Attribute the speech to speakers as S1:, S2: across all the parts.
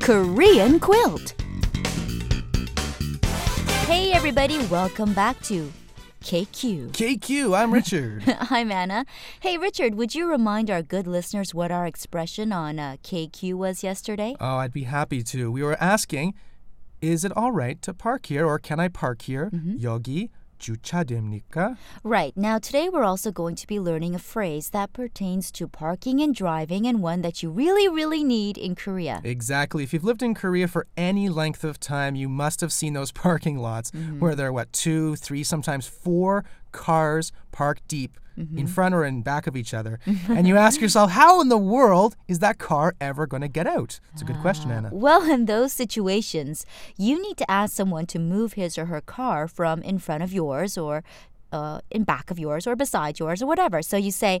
S1: Korean Quilt. Hey, everybody, welcome back to KQ.
S2: KQ, I'm Richard.
S1: I'm Anna. Hey, Richard, would you remind our good listeners what our expression on uh, KQ was yesterday?
S2: oh, I'd be happy to. We were asking, is it all right to park here or can I park here? 여기 주차됩니까?
S1: Right, now today we're also going to be learning a phrase that pertains to parking and driving and one that you really, really need in Korea.
S2: Exactly. If you've lived in Korea for any length of time, you must have seen those parking lots where there are what, two, three, sometimes four cars parked deep in front or in back of each other. and you ask yourself, how in the world is that car ever going to get out? It's a good question, Anna.
S1: Well, in those situations, you need to ask someone to move his or her car from in front of yours or uh, in back of yours or beside yours or whatever. So you say,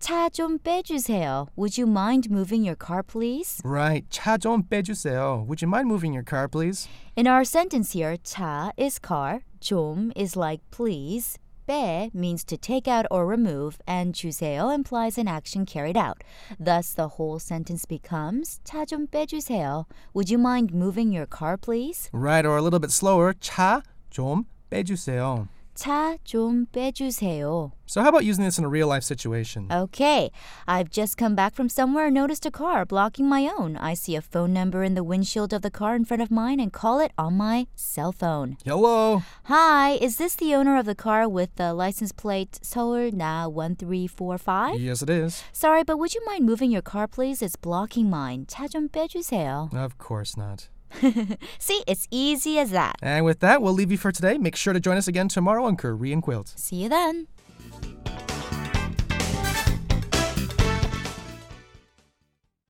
S1: 차 좀 빼주세요. Would you mind moving your car, please?
S2: Right. 차 좀 빼주세요. Would you mind moving your car, please?
S1: In our sentence here, 차 is car, 좀 is like please, 빼 means to take out or remove, and 주세요 implies an action carried out. Thus, the whole sentence becomes 차 좀 빼주세요. Would you mind moving your car, please?
S2: Right, or a little bit slower. 차 좀 빼주세요.
S1: 차 좀 빼주세요.
S2: So, how about using this in a real life situation?
S1: Uh, Okay, I've just come back from somewhere and noticed a car blocking my own. I see a phone number in the windshield of the car in front of mine and call it on my cell phone.
S2: Hello.
S1: Hi, is this the owner of the car with the license plate Seoul Na 1345?
S2: Yes, it is.
S1: Sorry, but would you mind moving your car, please? It's blocking mine. 차 좀 빼주세요.
S2: Of course not.
S1: See, it's easy as that.
S2: And with that, we'll leave you for today. Make sure to join us again tomorrow on Korean Quilt.
S1: See you then.